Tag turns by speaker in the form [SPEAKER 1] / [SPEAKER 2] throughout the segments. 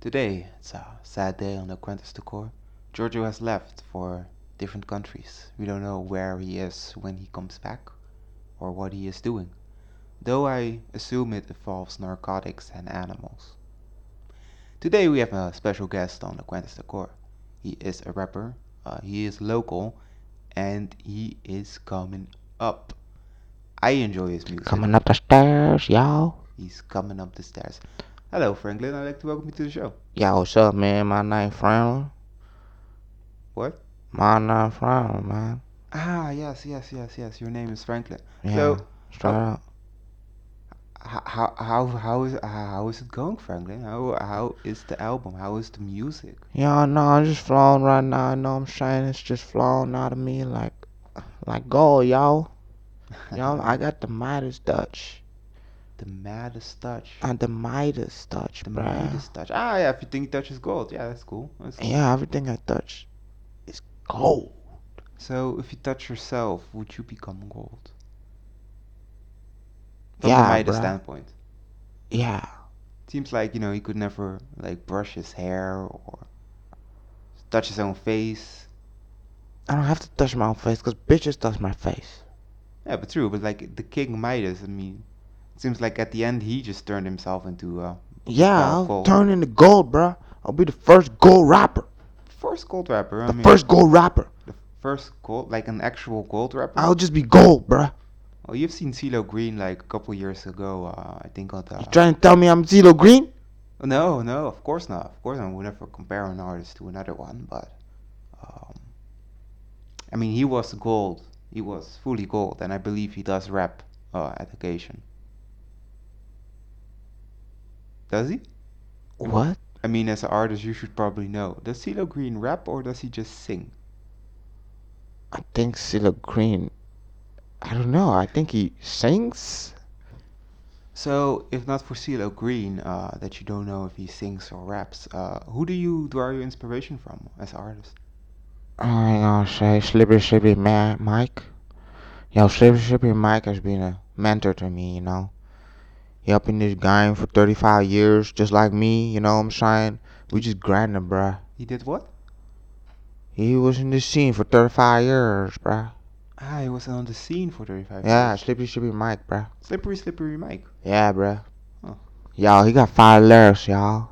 [SPEAKER 1] Today, it's a sad day on the Apprentice to Core. Giorgio has left for different countries. We don't know where he is when he comes back or what he is doing, though I assume it involves narcotics and animals. Today, we have a special guest on the Apprentice to Core. He is a rapper, uh, he is local, and he is coming up. I enjoy his music.
[SPEAKER 2] Coming up the stairs, y'all.
[SPEAKER 1] He's coming up the stairs. Hello, Franklin. I'd like to welcome you to the show.
[SPEAKER 2] Yo, what's up, man? My name Franklin.
[SPEAKER 1] What?
[SPEAKER 2] My name Franklin, man.
[SPEAKER 1] Ah, yes, yes, yes, yes. Your name is Franklin.
[SPEAKER 2] Yeah,
[SPEAKER 1] So, oh.
[SPEAKER 2] straight up.
[SPEAKER 1] h- how how how is how is it going, Franklin? How how is the album? How is the music?
[SPEAKER 2] Y'all know I'm just flowing right now. You know what I'm saying? It's just flowing out of me like, like gold, y'all. Y'all, I got the Midas touch.
[SPEAKER 1] the maddest touch.
[SPEAKER 2] And the Midas touch,
[SPEAKER 1] The
[SPEAKER 2] bruh.
[SPEAKER 1] maddest touch. Ah, yeah. Everything touches gold. Yeah, that's cool. That's cool.
[SPEAKER 2] Yeah, everything I touch is gold.
[SPEAKER 1] So, if you touch yourself, would you become gold? From the
[SPEAKER 2] Yeah,
[SPEAKER 1] Midas
[SPEAKER 2] bruh.
[SPEAKER 1] standpoint,
[SPEAKER 2] Yeah.
[SPEAKER 1] seems like you know he could never like brush his hair or touch his own face.
[SPEAKER 2] I don't have to touch my own face because bitches touch my face.
[SPEAKER 1] Yeah, but true. But like the King Midas, I mean, it seems like at the end he just turned himself into a
[SPEAKER 2] Yeah,
[SPEAKER 1] ball of
[SPEAKER 2] I'll
[SPEAKER 1] gold.
[SPEAKER 2] turn into gold, bruh. I'll be the first gold rapper.
[SPEAKER 1] First gold rapper. I
[SPEAKER 2] The
[SPEAKER 1] mean,
[SPEAKER 2] first gold rapper.
[SPEAKER 1] the first gold, like an actual gold rapper.
[SPEAKER 2] I'll just be gold, bruh.
[SPEAKER 1] Oh, you've seen CeeLo Green like a couple years ago. Uh, I think on
[SPEAKER 2] You
[SPEAKER 1] the.
[SPEAKER 2] trying to tell me I'm CeeLo Green?
[SPEAKER 1] No, no, of course not. Of course, I would never compare an artist to another one. But, um, I mean, he was gold. He was fully gold, and I believe he does rap uh, at occasion. Does he?
[SPEAKER 2] What?
[SPEAKER 1] I mean, as an artist, you should probably know. Does CeeLo Green rap or does he just sing?
[SPEAKER 2] I think CeeLo Green. I don't know. I think he sings.
[SPEAKER 1] So, if not for CeeLo Green, uh, that you don't know if he sings or raps, uh, who do you draw your inspiration from as an artist?
[SPEAKER 2] I ain't gonna say Slippery Slippery Ma- Mike. Yo, Slippery Slippery Mike has been a mentor to me, you know. He up in this game for 35 years, just like me, you know what I'm saying? We just grinding, bruh.
[SPEAKER 1] He did what?
[SPEAKER 2] He was in this scene for 35 years, bruh.
[SPEAKER 1] Ah, he was on the scene for 35
[SPEAKER 2] Yeah,
[SPEAKER 1] years.
[SPEAKER 2] Slippery Slippery Mike, bruh.
[SPEAKER 1] Slippery, slippery Mike.
[SPEAKER 2] Yeah, bruh.
[SPEAKER 1] Oh,
[SPEAKER 2] Yo, he got five lyrics, y'all.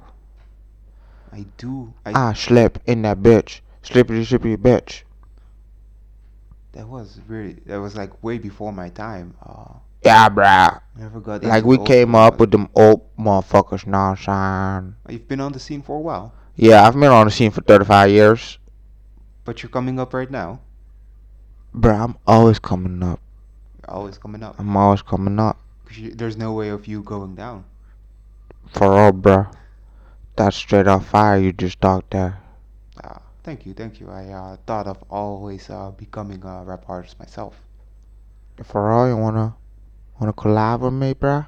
[SPEAKER 1] I do. I
[SPEAKER 2] I slip in that bitch. Slippery Slippery bitch.
[SPEAKER 1] that was really that was like way before my time. Uh,
[SPEAKER 2] Yeah, bruh.
[SPEAKER 1] never got
[SPEAKER 2] Like
[SPEAKER 1] into
[SPEAKER 2] we
[SPEAKER 1] old
[SPEAKER 2] came up
[SPEAKER 1] motherfuckers.
[SPEAKER 2] with them old motherfuckers, know what I'm saying?
[SPEAKER 1] You've been on the scene for a while,
[SPEAKER 2] Yeah, I've been on the scene for 35 years.
[SPEAKER 1] but you're coming up right now.
[SPEAKER 2] Bruh, I'm always coming up.
[SPEAKER 1] You're always coming up.
[SPEAKER 2] I'm always coming up.
[SPEAKER 1] 'Cause you, there's no way of you going down.
[SPEAKER 2] For real, bruh. That's straight off fire you just talked there.
[SPEAKER 1] Ah, thank you, thank you. I uh, thought of always uh, becoming a rap artist myself.
[SPEAKER 2] For real, you wanna, wanna collab with me, bruh?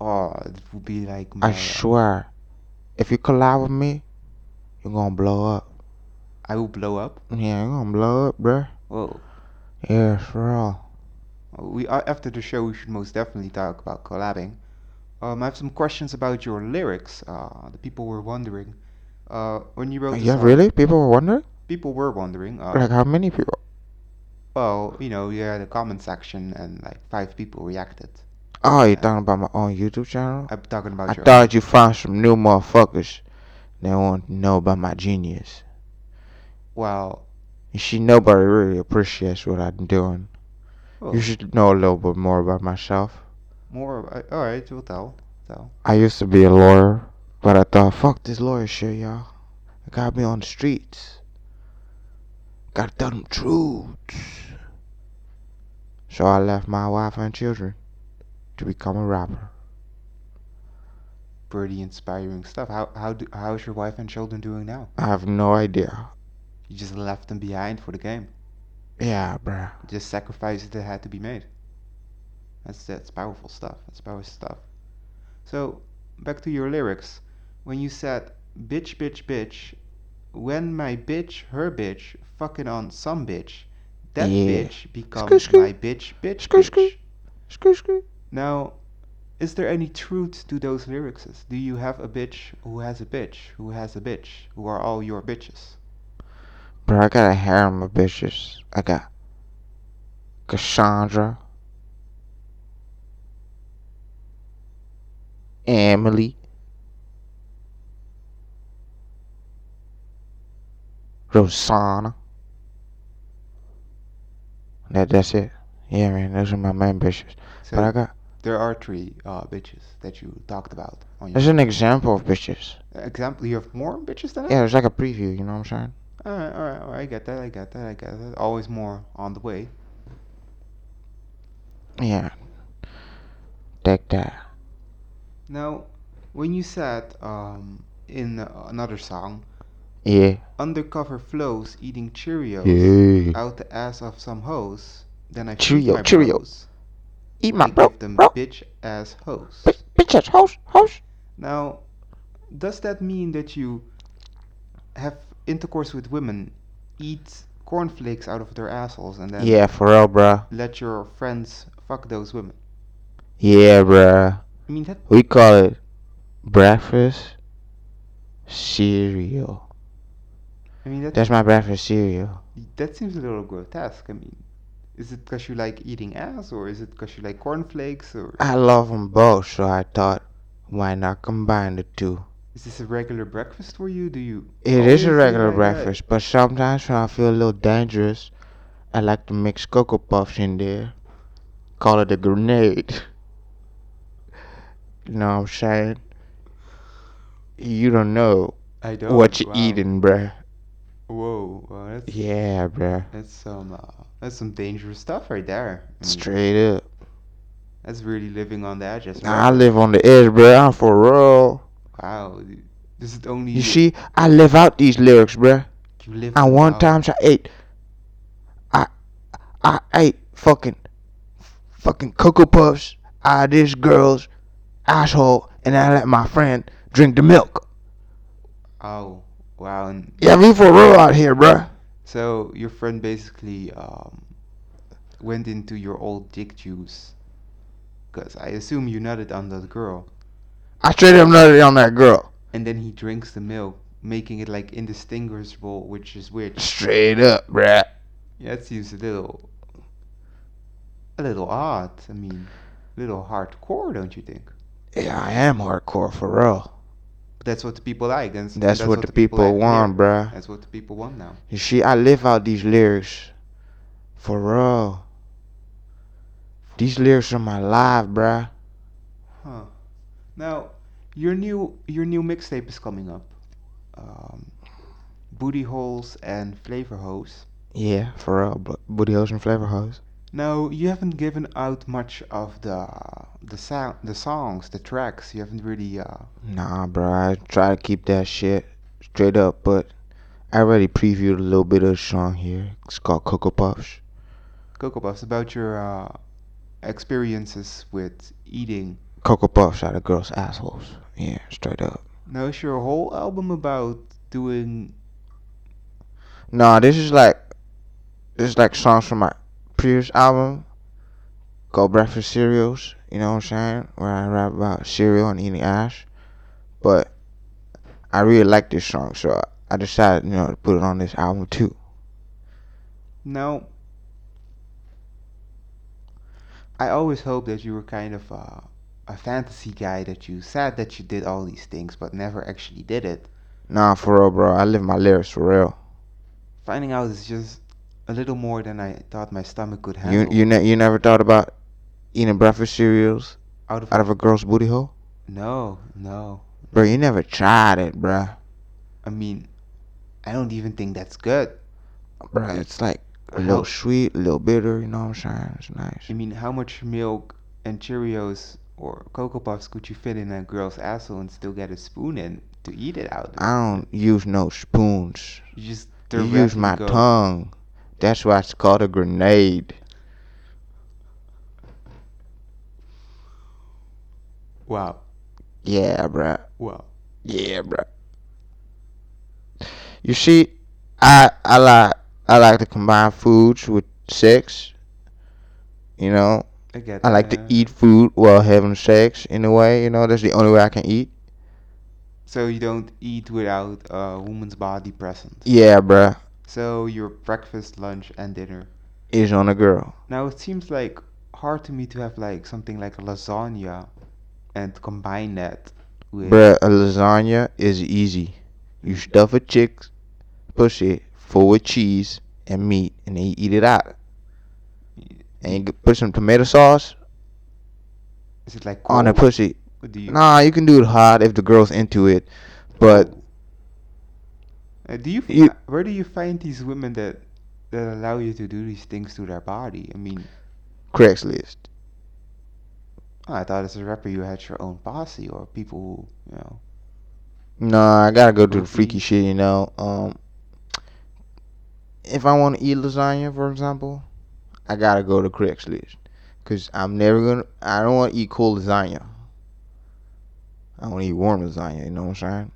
[SPEAKER 1] Oh, it would be like
[SPEAKER 2] I
[SPEAKER 1] my. Uh,
[SPEAKER 2] swear, if you collab with me, you're gonna blow up.
[SPEAKER 1] I will blow up.
[SPEAKER 2] Yeah, you're gonna blow up, bruh.
[SPEAKER 1] Whoa.
[SPEAKER 2] Yeah, for real.
[SPEAKER 1] We uh, after the show, we should most definitely talk about collabing. Um, I have some questions about your lyrics. Uh, the people were wondering uh, when you wrote this
[SPEAKER 2] Oh, Yeah,
[SPEAKER 1] song.
[SPEAKER 2] really? People were wondering?
[SPEAKER 1] People were wondering. Uh,
[SPEAKER 2] Like, how many people?
[SPEAKER 1] well, you know, you had a comment section and like five people reacted.
[SPEAKER 2] Oh, you
[SPEAKER 1] Uh,
[SPEAKER 2] talking about my own YouTube channel?
[SPEAKER 1] I'm talking
[SPEAKER 2] I
[SPEAKER 1] about your own.
[SPEAKER 2] thought you found some new motherfuckers that want to know about my genius.
[SPEAKER 1] Well,
[SPEAKER 2] You see, nobody really appreciates what I'm doing. You
[SPEAKER 1] well,
[SPEAKER 2] should know a little bit more about myself.
[SPEAKER 1] oh, more. About, all right, we'll tell. Tell.
[SPEAKER 2] I used to be a lawyer, but I thought, fuck this lawyer shit, y'all. I gotta be on the streets. Gotta tell them truths. So I left my wife and children to become a rapper.
[SPEAKER 1] Pretty inspiring stuff. How how do, how's your wife and children doing now?
[SPEAKER 2] I have no idea.
[SPEAKER 1] You just left them behind for the game.
[SPEAKER 2] Yeah, bruh.
[SPEAKER 1] Just sacrifices that had to be made. That's that's powerful stuff. That's powerful stuff. So, back to your lyrics. When you said, bitch, bitch, bitch, when my bitch, her bitch, fucking on some bitch, that
[SPEAKER 2] Yeah.
[SPEAKER 1] bitch
[SPEAKER 2] Skr
[SPEAKER 1] becomes
[SPEAKER 2] skr.
[SPEAKER 1] my bitch, bitch,
[SPEAKER 2] Skr skr.
[SPEAKER 1] bitch.
[SPEAKER 2] Skr skr.
[SPEAKER 1] Now, Is there any truth to those lyrics? Do you have a bitch who has a bitch who has a bitch who are all your bitches?
[SPEAKER 2] Bro, I got a harem of bitches. I got Cassandra, Emily, Rosanna. That, that's it. Yeah, man, those are my main bitches.
[SPEAKER 1] So
[SPEAKER 2] But I got.
[SPEAKER 1] there are three uh, bitches that you talked about on your
[SPEAKER 2] That's an example of bitches.
[SPEAKER 1] example. You have more bitches than
[SPEAKER 2] Yeah, it's like a preview, you know what I'm saying?
[SPEAKER 1] I. All right, all right, all right. I get that. I get that. I get that. Always more on the way.
[SPEAKER 2] Yeah. Take that.
[SPEAKER 1] Now, when you said um, in another song,
[SPEAKER 2] Yeah.
[SPEAKER 1] undercover flows eating Cheerios
[SPEAKER 2] Yeah.
[SPEAKER 1] out the ass of some hoes, then I
[SPEAKER 2] Cheerio,
[SPEAKER 1] feed my
[SPEAKER 2] Cheerio.
[SPEAKER 1] bros.
[SPEAKER 2] Eat
[SPEAKER 1] I
[SPEAKER 2] my bro,
[SPEAKER 1] give them
[SPEAKER 2] bro.
[SPEAKER 1] bitch ass hoes.
[SPEAKER 2] Bitch, bitch ass, hoes, hoes.
[SPEAKER 1] Now, does that mean that you have intercourse with women, eat cornflakes out of their assholes, and then
[SPEAKER 2] Yeah, for real, bro.
[SPEAKER 1] let your friends fuck those women?
[SPEAKER 2] Yeah, bruh.
[SPEAKER 1] I mean that
[SPEAKER 2] We call it breakfast cereal.
[SPEAKER 1] I mean that
[SPEAKER 2] That's my breakfast cereal.
[SPEAKER 1] that seems a little grotesque. I mean, is it because you like eating ass, or is it because you like cornflakes, or
[SPEAKER 2] I love them both, so I thought, why not combine the two?
[SPEAKER 1] is this a regular breakfast for you? Do you?
[SPEAKER 2] It
[SPEAKER 1] always
[SPEAKER 2] is
[SPEAKER 1] eat
[SPEAKER 2] a regular
[SPEAKER 1] like that?
[SPEAKER 2] breakfast, but sometimes when I feel a little dangerous, I like to mix Cocoa Puffs in there. Call it a grenade. You know what I'm saying? You don't know
[SPEAKER 1] I don't.
[SPEAKER 2] what you
[SPEAKER 1] wow.
[SPEAKER 2] eating, bruh.
[SPEAKER 1] Whoa, wow, that's
[SPEAKER 2] Yeah, bruh.
[SPEAKER 1] that's some uh, that's some dangerous stuff right there. I mean,
[SPEAKER 2] Straight up.
[SPEAKER 1] that's really living on the edges.
[SPEAKER 2] Nah, I live on the edge, bruh. I'm for real.
[SPEAKER 1] Wow, this is only
[SPEAKER 2] You see, I live out these lyrics, bruh.
[SPEAKER 1] you live.
[SPEAKER 2] And one
[SPEAKER 1] out.
[SPEAKER 2] times I ate, I, I ate fucking, fucking cocoa puffs out of this girl's asshole, and I let my friend drink the milk.
[SPEAKER 1] Oh, wow. And
[SPEAKER 2] Yeah, we for real out here, bruh.
[SPEAKER 1] so your friend basically um went into your old dick juice, cause I assume you nutted on that girl,
[SPEAKER 2] I straight up nutted on that girl.
[SPEAKER 1] and then he drinks the milk, making it like indistinguishable which is which.
[SPEAKER 2] Straight up, bruh.
[SPEAKER 1] Yeah, that seems a little, a little odd. I mean, a little hardcore, don't you think?
[SPEAKER 2] Yeah, I am hardcore for real.
[SPEAKER 1] But that's what the people like, and s- and
[SPEAKER 2] That's, what, the people,
[SPEAKER 1] like to hear.
[SPEAKER 2] want, bruh.
[SPEAKER 1] That's what the people want now.
[SPEAKER 2] You see, I live out these lyrics for real. These lyrics are my life, bruh.
[SPEAKER 1] Huh. Now, your new your new mixtape is coming up. Um, Booty holes and flavor hoes.
[SPEAKER 2] Yeah, for real. But booty hoes and flavor hoes.
[SPEAKER 1] Now, you haven't given out much of the the sound, the songs, the tracks. You haven't really. Uh,
[SPEAKER 2] Nah, bruh. I try to keep that shit straight up, but I already previewed a little bit of a song here. It's called Cocoa Puffs.
[SPEAKER 1] Cocoa Puffs about your uh, experiences with eating.
[SPEAKER 2] Cocoa Puffs are the girls' assholes. Yeah, straight up.
[SPEAKER 1] Now, is your whole album about doing?
[SPEAKER 2] Nah, this is like this is like songs from my previous album called Breakfast Cereals. You know what I'm saying? Where I rap about cereal and eating ass. But I really like this song, so I- I decided you know to put it on this album too.
[SPEAKER 1] Now, I always hoped that you were kind of uh, a fantasy guy. That you said that you did all these things, but never actually did it.
[SPEAKER 2] Nah, for real, bro. I live my lyrics for real.
[SPEAKER 1] Finding out is just a little more than I thought my stomach could
[SPEAKER 2] You
[SPEAKER 1] handle.
[SPEAKER 2] you ne- you never thought about eating breakfast cereals
[SPEAKER 1] out of
[SPEAKER 2] out of a girl's booty hole,
[SPEAKER 1] no, no.
[SPEAKER 2] bro? You never tried it, bro.
[SPEAKER 1] I mean, I don't even think that's good.
[SPEAKER 2] Bro, it's like a
[SPEAKER 1] How-
[SPEAKER 2] little sweet, a little bitter. You know what I'm saying? It's
[SPEAKER 1] I
[SPEAKER 2] nice.
[SPEAKER 1] mean, how much milk and Cheerios or Cocoa Puffs could you fit in a girl's asshole and still get a spoon in to eat it out?
[SPEAKER 2] I don't use no spoons.
[SPEAKER 1] You just
[SPEAKER 2] You
[SPEAKER 1] directly
[SPEAKER 2] use my
[SPEAKER 1] go-
[SPEAKER 2] tongue. That's why it's called a grenade.
[SPEAKER 1] Wow,
[SPEAKER 2] Yeah, bro.
[SPEAKER 1] wow.
[SPEAKER 2] Yeah, bro. You see, I I like I like to combine foods with sex. You know,
[SPEAKER 1] I get
[SPEAKER 2] I like to
[SPEAKER 1] that.
[SPEAKER 2] eat food while having sex in a way, you know, that's the only way I can eat.
[SPEAKER 1] So you don't eat without a woman's body present.
[SPEAKER 2] Yeah, bruh,
[SPEAKER 1] So your breakfast, lunch, and dinner.
[SPEAKER 2] is on a girl.
[SPEAKER 1] Now it seems like hard to me to have like something like a lasagna, and combine that with
[SPEAKER 2] Bruh, a lasagna is easy. You stuff a chick's pussy full with cheese and meat, and then you eat it out. And you could put some tomato sauce
[SPEAKER 1] is it like
[SPEAKER 2] on the
[SPEAKER 1] cold?
[SPEAKER 2] pussy.
[SPEAKER 1] Do you
[SPEAKER 2] Nah, you can do it hot if the girl's into it, but
[SPEAKER 1] Uh, do you, f-
[SPEAKER 2] You-
[SPEAKER 1] where do you find these women that that allow you to do these things to their body? I mean,
[SPEAKER 2] Craigslist.
[SPEAKER 1] oh, I thought as a rapper you had your own posse or people who you know.
[SPEAKER 2] Nah, I gotta go to the
[SPEAKER 1] Freaky.
[SPEAKER 2] freaky shit, you know. Um, if I want to eat lasagna, for example, I gotta go to Craigslist, cause I'm never gonna. I don't want to eat cool lasagna. I want to eat warm lasagna. You know what I'm saying?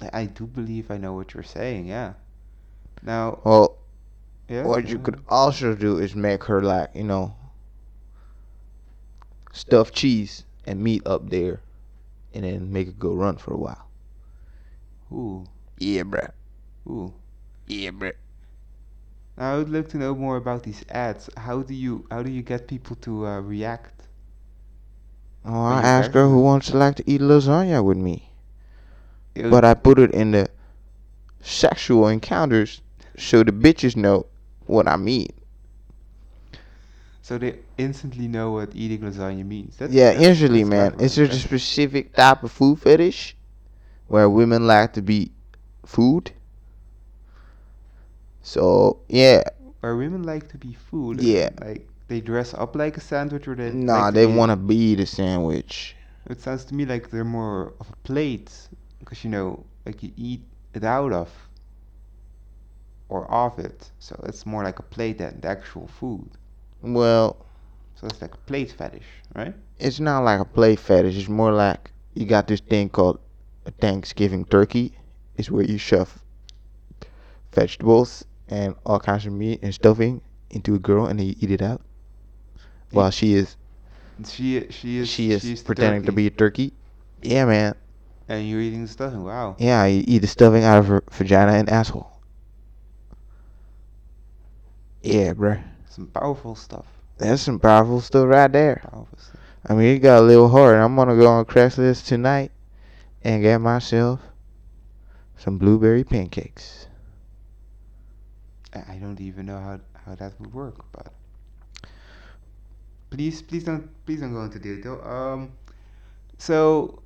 [SPEAKER 1] I, I do believe I know what you're saying. Yeah. Now,
[SPEAKER 2] Well,
[SPEAKER 1] yeah,
[SPEAKER 2] what you could
[SPEAKER 1] uh,
[SPEAKER 2] also do is make her like, you know, stuff cheese and meat up there, and then make it go run for a while.
[SPEAKER 1] Ooh,
[SPEAKER 2] Yeah, bruh.
[SPEAKER 1] ooh.
[SPEAKER 2] Yeah, bruh.
[SPEAKER 1] Now I would like to know more about these ads. How do you how do you get people to uh, react?
[SPEAKER 2] Oh, I
[SPEAKER 1] you
[SPEAKER 2] asked her
[SPEAKER 1] guys-
[SPEAKER 2] who wants to like to eat lasagna with me.
[SPEAKER 1] It
[SPEAKER 2] But
[SPEAKER 1] was-
[SPEAKER 2] I put it in the sexual encounters so the bitches know what I mean.
[SPEAKER 1] so they instantly know what eating lasagna means. That's,
[SPEAKER 2] Yeah,
[SPEAKER 1] that's-
[SPEAKER 2] usually,
[SPEAKER 1] that's
[SPEAKER 2] man,
[SPEAKER 1] clever,
[SPEAKER 2] it's just a
[SPEAKER 1] okay.
[SPEAKER 2] specific type of food fetish where women like to be food. So, yeah,
[SPEAKER 1] Where women like to be food. as
[SPEAKER 2] Yeah.
[SPEAKER 1] in, Like they dress up like a sandwich, or they
[SPEAKER 2] nah,
[SPEAKER 1] like
[SPEAKER 2] they
[SPEAKER 1] be a-
[SPEAKER 2] want to be the sandwich.
[SPEAKER 1] It sounds to me like they're more of a plate, because you know, like you eat it out of or of it. So it's more like a plate than the actual food.
[SPEAKER 2] Well,
[SPEAKER 1] So it's like a plate fetish, right?
[SPEAKER 2] it's not like a play fetish. It's more like you got this thing called a Thanksgiving turkey. It's where you shove vegetables and all kinds of meat and stuffing into a girl and then you eat it out while she is
[SPEAKER 1] And She she is
[SPEAKER 2] she is
[SPEAKER 1] she's the
[SPEAKER 2] pretending to
[SPEAKER 1] turkey,
[SPEAKER 2] be a turkey. Yeah, man.
[SPEAKER 1] and you're eating the stuffing. Wow.
[SPEAKER 2] Yeah, you eat the stuffing out of her vagina and asshole. Yeah, bruh.
[SPEAKER 1] Some powerful stuff.
[SPEAKER 2] That's some powerful stuff right there.
[SPEAKER 1] Powerful stuff.
[SPEAKER 2] I mean, it got a little hard. I'm gonna go on Craigslist tonight and get myself some blueberry pancakes.
[SPEAKER 1] I I don't even know how how that would work, but please please don't please don't go into detail. Um, so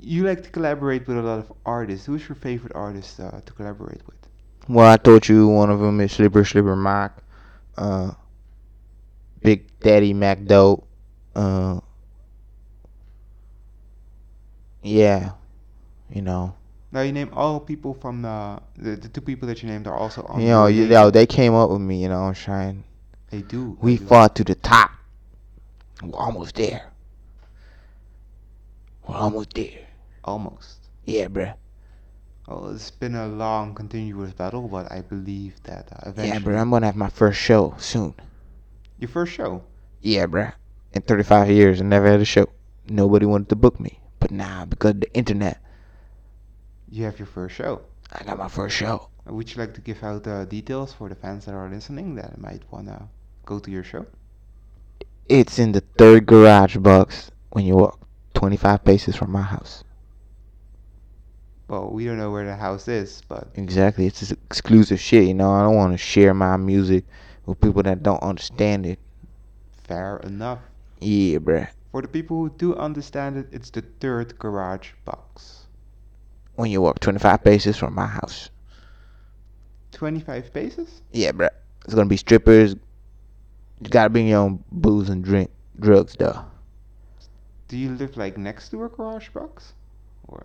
[SPEAKER 1] you like to collaborate with a lot of artists. Who's your favorite artist uh, to collaborate with?
[SPEAKER 2] Well, I told you one of them is Slipper Slipper Mike, uh, Big Daddy MacDo, uh, yeah, you know,
[SPEAKER 1] Now you name all people from the the, the two people that you named are also on.
[SPEAKER 2] you know,
[SPEAKER 1] your
[SPEAKER 2] you
[SPEAKER 1] label.
[SPEAKER 2] know, they came up with me, you know, I'm trying.
[SPEAKER 1] They do.
[SPEAKER 2] We
[SPEAKER 1] they do.
[SPEAKER 2] fought to the top. We're almost there. We're almost there.
[SPEAKER 1] almost.
[SPEAKER 2] Yeah, bruh.
[SPEAKER 1] Oh, it's been a long, continuous battle, but I believe that uh,
[SPEAKER 2] Yeah,
[SPEAKER 1] eventually
[SPEAKER 2] bruh. I'm gonna have my first show soon.
[SPEAKER 1] your first show.
[SPEAKER 2] Yeah, bruh. In 35 years, I never had a show. Nobody wanted to book me. But now, because of the internet,
[SPEAKER 1] You have your first show.
[SPEAKER 2] I got my first show.
[SPEAKER 1] Uh, Would you like to give out uh, details for the fans that are listening that might wanna go to your show?
[SPEAKER 2] It's in the third garage box when you walk 25 paces from my house.
[SPEAKER 1] Well, we don't know where the house is, but
[SPEAKER 2] Exactly. It's just exclusive shit, you know. I don't want to share my music with people that don't understand it.
[SPEAKER 1] fair enough.
[SPEAKER 2] Yeah, bruh.
[SPEAKER 1] For the people who do understand it, it's the third garage box.
[SPEAKER 2] When you walk 25 paces from my house.
[SPEAKER 1] 25 paces?
[SPEAKER 2] Yeah, bruh. It's gonna be strippers. You gotta bring your own booze and drink, drugs, though.
[SPEAKER 1] Do you live like next to a garage box? Or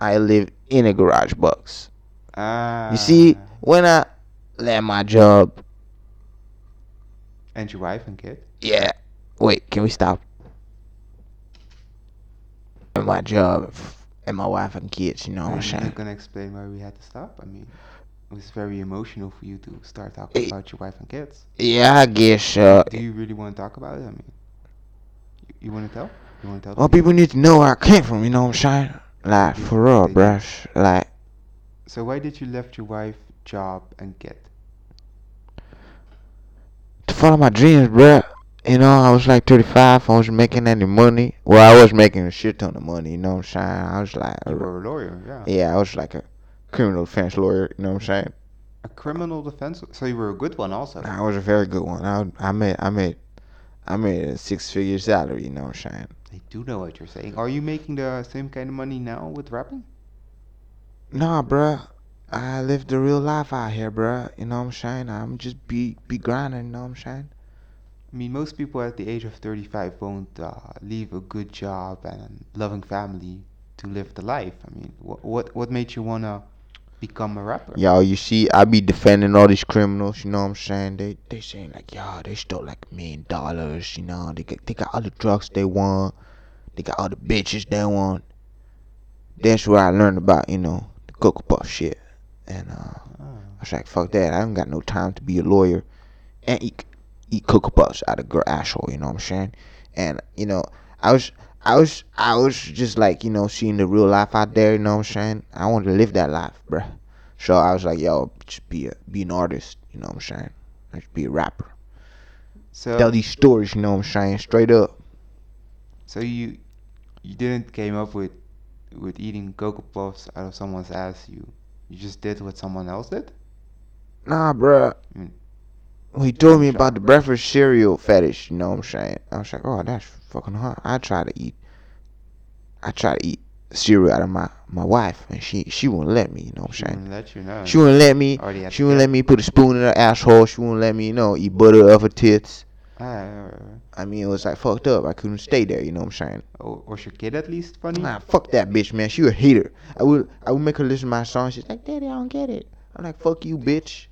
[SPEAKER 2] I live in a garage box.
[SPEAKER 1] ah,
[SPEAKER 2] You see, when I land my job,
[SPEAKER 1] and your wife and kid?
[SPEAKER 2] yeah. Wait, can we stop? And My job f- and my wife and kids, you know what I'm
[SPEAKER 1] I'm not
[SPEAKER 2] saying?
[SPEAKER 1] gonna explain why we had to stop. I mean, it was very emotional for you to start talking
[SPEAKER 2] Hey.
[SPEAKER 1] about your wife and kids.
[SPEAKER 2] Yeah, I guess uh,
[SPEAKER 1] Do you really want to talk about it? I mean, You wanna tell? You wanna tell? the
[SPEAKER 2] Well, people need to know where I came from, you know what I'm saying? Like, for real, bruh. Like,
[SPEAKER 1] people? So why did you left your wife, job, and kid?
[SPEAKER 2] to follow my dreams, bruh. You know, I was like 35. I wasn't making any money. Well, I was making a shit ton of money, you know what I'm saying? I was like,
[SPEAKER 1] You were a lawyer, yeah.
[SPEAKER 2] yeah, I was like a criminal defense lawyer, you know what I'm saying?
[SPEAKER 1] A criminal defense. So you were a good one also.
[SPEAKER 2] I was a very good one. I, I made, I made, I made a six-figure salary, you know what I'm saying?
[SPEAKER 1] I do know what you're saying. Are you making the same kind of money now with rapping?
[SPEAKER 2] Nah, bruh. I live the real life out here, bruh. You know what I'm saying? I'm just be be grinding. You know what I'm saying?
[SPEAKER 1] I mean, most people at the age of 35 won't uh, leave a good job and loving family to live the life. I mean, wh- what what made you wanna become a rapper?
[SPEAKER 2] Yo, you see, I be defending all these criminals. You know what I'm saying? They they saying like, yo, they stole like a million dollars. You know, they got they got all the drugs they want. They got all the bitches they want. That's where I learned about you know the cocoa puff shit. And uh, I
[SPEAKER 1] Ah.
[SPEAKER 2] was like, fuck that. I don't got no time to be a lawyer and eat eat cocoa puffs out of girl asshole. You know what I'm saying? And you know, I was. I was I was just like, you know, seeing the real life out there, you know what I'm saying? I wanted to live that life, bruh. So I was like, yo, just be a be an artist, you know what I'm saying? Just be a rapper.
[SPEAKER 1] So
[SPEAKER 2] Tell these stories, you know what I'm saying? Straight up.
[SPEAKER 1] so you you didn't came up with with eating cocoa puffs out of someone's ass. You you just did what someone else did.
[SPEAKER 2] Nah, bruh.
[SPEAKER 1] Mm.
[SPEAKER 2] He told me about the breakfast cereal fetish, you know what I'm saying? I was like, oh, that's fucking hot. I try to eat. I try to eat cereal out of my my wife, and she she won't let me, you know what I'm
[SPEAKER 1] She
[SPEAKER 2] saying?
[SPEAKER 1] wouldn't let Mm, you know.
[SPEAKER 2] She wouldn't let me.
[SPEAKER 1] Already had
[SPEAKER 2] She
[SPEAKER 1] the
[SPEAKER 2] wouldn't
[SPEAKER 1] kid.
[SPEAKER 2] let me put a spoon in her asshole. She wouldn't let me, you know, eat butter off her tits.
[SPEAKER 1] Ah, yeah, right, right.
[SPEAKER 2] I mean, it was like fucked up. I couldn't stay there. You know what I'm saying?
[SPEAKER 1] Or, was your kid at least funny?
[SPEAKER 2] Nah, fuck that bitch, man. She a hater. I would, I would make her listen to my song. She's like, Daddy, I don't get it. I'm like, fuck you, bitch.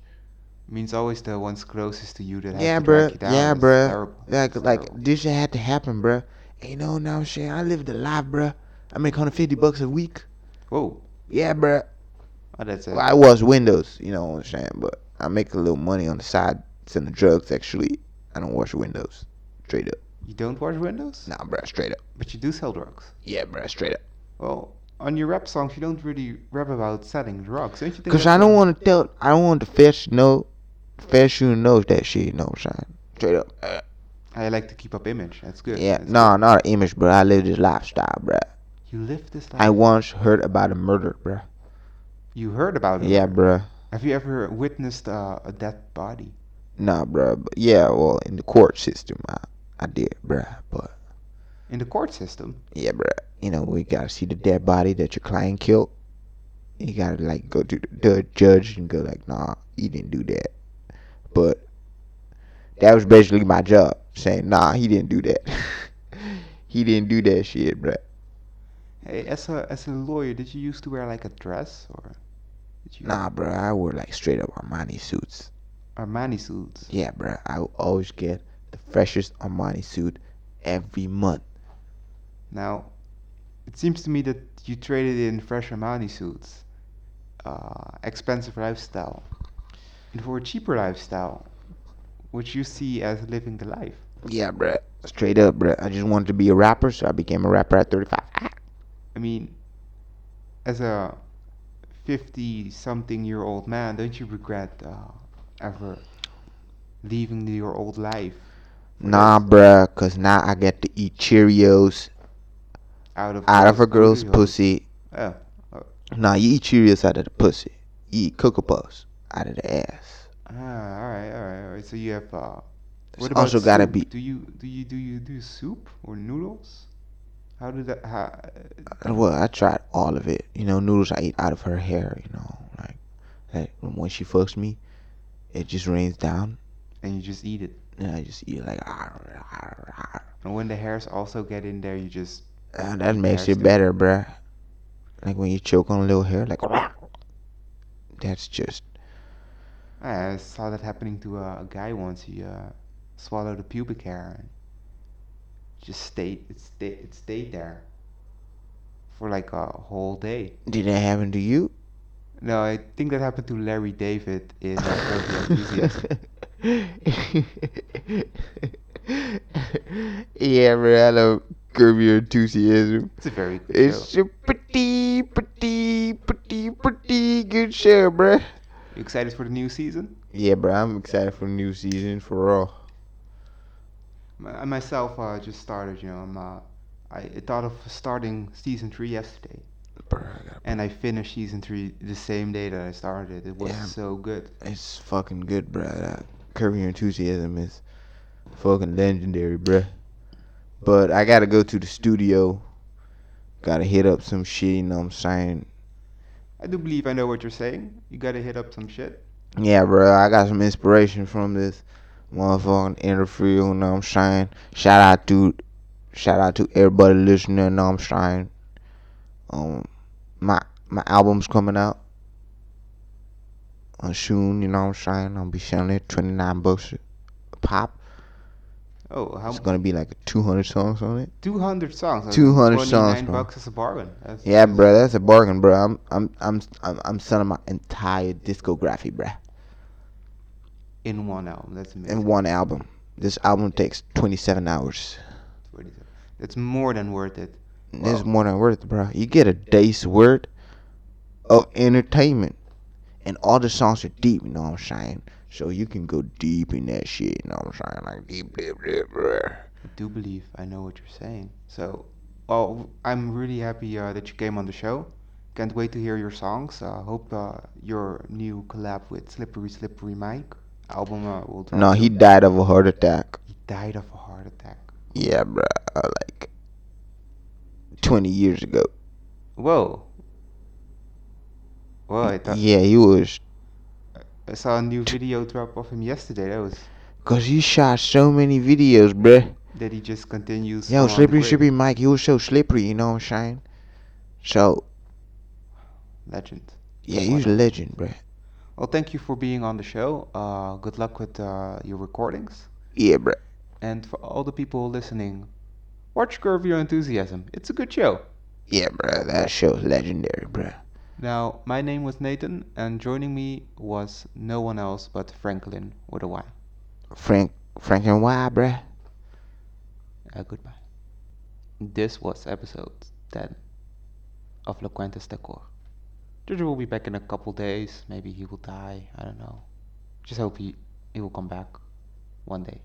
[SPEAKER 1] Means always the ones closest to you that have
[SPEAKER 2] Yeah,
[SPEAKER 1] to drag
[SPEAKER 2] bruh.
[SPEAKER 1] you down.
[SPEAKER 2] Yeah,
[SPEAKER 1] It's
[SPEAKER 2] bruh.
[SPEAKER 1] terrible.
[SPEAKER 2] Like,
[SPEAKER 1] It's
[SPEAKER 2] like
[SPEAKER 1] terrible.
[SPEAKER 2] this shit had to happen, bruh. And you know now, I'm saying I live the life, bruh. I make 150 bucks a week.
[SPEAKER 1] Whoa,
[SPEAKER 2] Yeah, bruh.
[SPEAKER 1] oh, that's it.
[SPEAKER 2] Well, I was windows. You know what I'm saying? But I make a little money on the side selling drugs. Actually, I don't wash windows. Straight up.
[SPEAKER 1] You don't wash windows,
[SPEAKER 2] Nah, bruh. Straight up.
[SPEAKER 1] but you do sell drugs.
[SPEAKER 2] Yeah, bruh. Straight up.
[SPEAKER 1] Well, on your rap songs, you don't really rap about selling drugs, don't you think?
[SPEAKER 2] Cause
[SPEAKER 1] that's
[SPEAKER 2] I don't
[SPEAKER 1] a-
[SPEAKER 2] want to tell. I don't want the fish know. Fish you knows that shit. You know what I'm saying? Straight up. Uh,
[SPEAKER 1] I like to keep up image. That's good.
[SPEAKER 2] yeah.
[SPEAKER 1] that's
[SPEAKER 2] No, not an image, bro. I live this lifestyle, bro.
[SPEAKER 1] good. You live this life.
[SPEAKER 2] I once heard about a murder, bro.
[SPEAKER 1] you heard about it.
[SPEAKER 2] Yeah, bro.
[SPEAKER 1] Have you ever witnessed uh, a dead body?
[SPEAKER 2] Nah, bro. But yeah, well, in the court system, I, I did, bro. But
[SPEAKER 1] In the court system,
[SPEAKER 2] yeah, bro. You know, we gotta see the dead body that your client killed. You gotta like go to the, the judge and go like, nah, you didn't do that. But that was basically my job, saying, nah, he didn't do that. he didn't do that shit, bruh.
[SPEAKER 1] hey, as a as a lawyer, did you used to wear like a dress or did you
[SPEAKER 2] Nah, bruh, I wore like straight up Armani suits.
[SPEAKER 1] Armani suits?
[SPEAKER 2] Yeah, bruh, I would always get the freshest Armani suit every month.
[SPEAKER 1] Now, it seems to me that you traded in fresh Armani suits, uh, expensive lifestyle, and for a cheaper lifestyle, which you see as living the life.
[SPEAKER 2] Yeah, bruh, straight up, bruh. I just wanted to be a rapper, so I became a rapper at 35. Ah.
[SPEAKER 1] I mean, as a 50 something year old man, don't you regret uh, ever leaving your old life
[SPEAKER 2] Nah, bruh, cause now I get to eat Cheerios
[SPEAKER 1] out of
[SPEAKER 2] out of a girl's
[SPEAKER 1] pussy hole?
[SPEAKER 2] pussy.
[SPEAKER 1] Oh,
[SPEAKER 2] Nah, you eat Cheerios out of the pussy. You eat Cocoa Puffs out of the ass.
[SPEAKER 1] ah, all right, all right, all right. So you have. Uh,
[SPEAKER 2] It's
[SPEAKER 1] what about
[SPEAKER 2] also gotta
[SPEAKER 1] soup?
[SPEAKER 2] be-
[SPEAKER 1] Do you do you do you do soup or noodles? How did that? How,
[SPEAKER 2] Uh, Well, I tried all of it. You know, noodles I ate out of her hair. You know, like, like when she fucks me, it just rains down,
[SPEAKER 1] and you just eat it.
[SPEAKER 2] and I just eat like. "Arr, arr, arr."
[SPEAKER 1] And when the hairs also get in there, you just
[SPEAKER 2] Uh, that makes
[SPEAKER 1] Hair's
[SPEAKER 2] it
[SPEAKER 1] too-
[SPEAKER 2] better, bruh. Like when you choke on a little hair, like. That's just
[SPEAKER 1] ah, I saw that happening to a, a guy once. He uh, swallowed a pubic hair and just stayed it stayed it stayed there for like a whole day.
[SPEAKER 2] did that happen to you?
[SPEAKER 1] No, I think that happened to Larry David in uh, Curb Your Enthusiasm.
[SPEAKER 2] you ever had a curb your enthusiasm?
[SPEAKER 1] It's a very good
[SPEAKER 2] It's
[SPEAKER 1] show.
[SPEAKER 2] a pretty, pretty, pretty, pretty good show, bruh.
[SPEAKER 1] You excited for the new season?
[SPEAKER 2] Yeah, bruh, I'm excited for the new season for real.
[SPEAKER 1] M- I myself uh, just started, you know. I'm, uh, I thought of starting season three yesterday,
[SPEAKER 2] Bruh,
[SPEAKER 1] and I finished season three the same day that I started. It was
[SPEAKER 2] Yeah.
[SPEAKER 1] so good.
[SPEAKER 2] it's fucking good, bruh. That curb your enthusiasm is fucking legendary, bruh. But I gotta go to the studio. Gotta hit up some shit, you know what I'm saying?
[SPEAKER 1] I do believe I know what you're saying. You gotta hit up some shit.
[SPEAKER 2] Yeah, bro, I got some inspiration from this motherfucking interview. You know what I'm saying? Shout out to, shout out to everybody listening. You know what I'm saying? Um, my my album's coming out uh, soon. You know what I'm saying? I'll be selling it twenty nine bucks a pop.
[SPEAKER 1] Oh, how
[SPEAKER 2] It's gonna be like two hundred songs on it.
[SPEAKER 1] 200 songs. That's
[SPEAKER 2] 200
[SPEAKER 1] 29
[SPEAKER 2] songs, bro.
[SPEAKER 1] bucks is a bargain. That's,
[SPEAKER 2] Yeah,
[SPEAKER 1] that's-
[SPEAKER 2] bro, that's a bargain, bro. I'm I'm I'm I'm, I'm selling my entire discography, bro,
[SPEAKER 1] In one album. That's amazing.
[SPEAKER 2] in one album. This album takes twenty seven hours.
[SPEAKER 1] What is it? That's more than worth it.
[SPEAKER 2] It's
[SPEAKER 1] Wow.
[SPEAKER 2] more than worth, it, bro. You get a day's worth of entertainment, and all the songs are deep. You know what I'm saying? So you can go deep in that shit. You know what I'm saying? Like deep, deep, deep, bro.
[SPEAKER 1] I do believe I know what you're saying. So, well, I'm really happy uh, that you came on the show. Can't wait to hear your songs. uh, hope uh, your new collab with Slippery Slippery Mike album uh, will drop.
[SPEAKER 2] No, he
[SPEAKER 1] soon.
[SPEAKER 2] died of a heart attack.
[SPEAKER 1] He died of a heart attack.
[SPEAKER 2] Yeah, bro. Like 20 years ago.
[SPEAKER 1] Whoa. Whoa, I, thought,
[SPEAKER 2] Yeah, Oh, he was.
[SPEAKER 1] I saw a new video drop of him yesterday. That was
[SPEAKER 2] Cause he shot so many videos, bruh.
[SPEAKER 1] that he just continues.
[SPEAKER 2] Yo,
[SPEAKER 1] on the
[SPEAKER 2] slippery,
[SPEAKER 1] way.
[SPEAKER 2] slippery, Mike. He was so slippery. You know what I'm saying? So
[SPEAKER 1] legend.
[SPEAKER 2] yeah, he was a legend, bruh.
[SPEAKER 1] Well, thank you for being on the show. Uh, good luck with uh, your recordings.
[SPEAKER 2] Yeah, bruh.
[SPEAKER 1] And for all the people listening, watch Curve Your Enthusiasm. It's a good show.
[SPEAKER 2] Yeah, bruh. That show's legendary, bruh.
[SPEAKER 1] Now, my name was Nathan, and joining me was no one else but Franklin with a Y.
[SPEAKER 2] Frank Frank and why, bruh?
[SPEAKER 1] Uh, goodbye. This was episode 10 of Loquentes Decor. Jojo will be back in a couple days. Maybe he will die. I don't know. Just hope he, he will come back one day.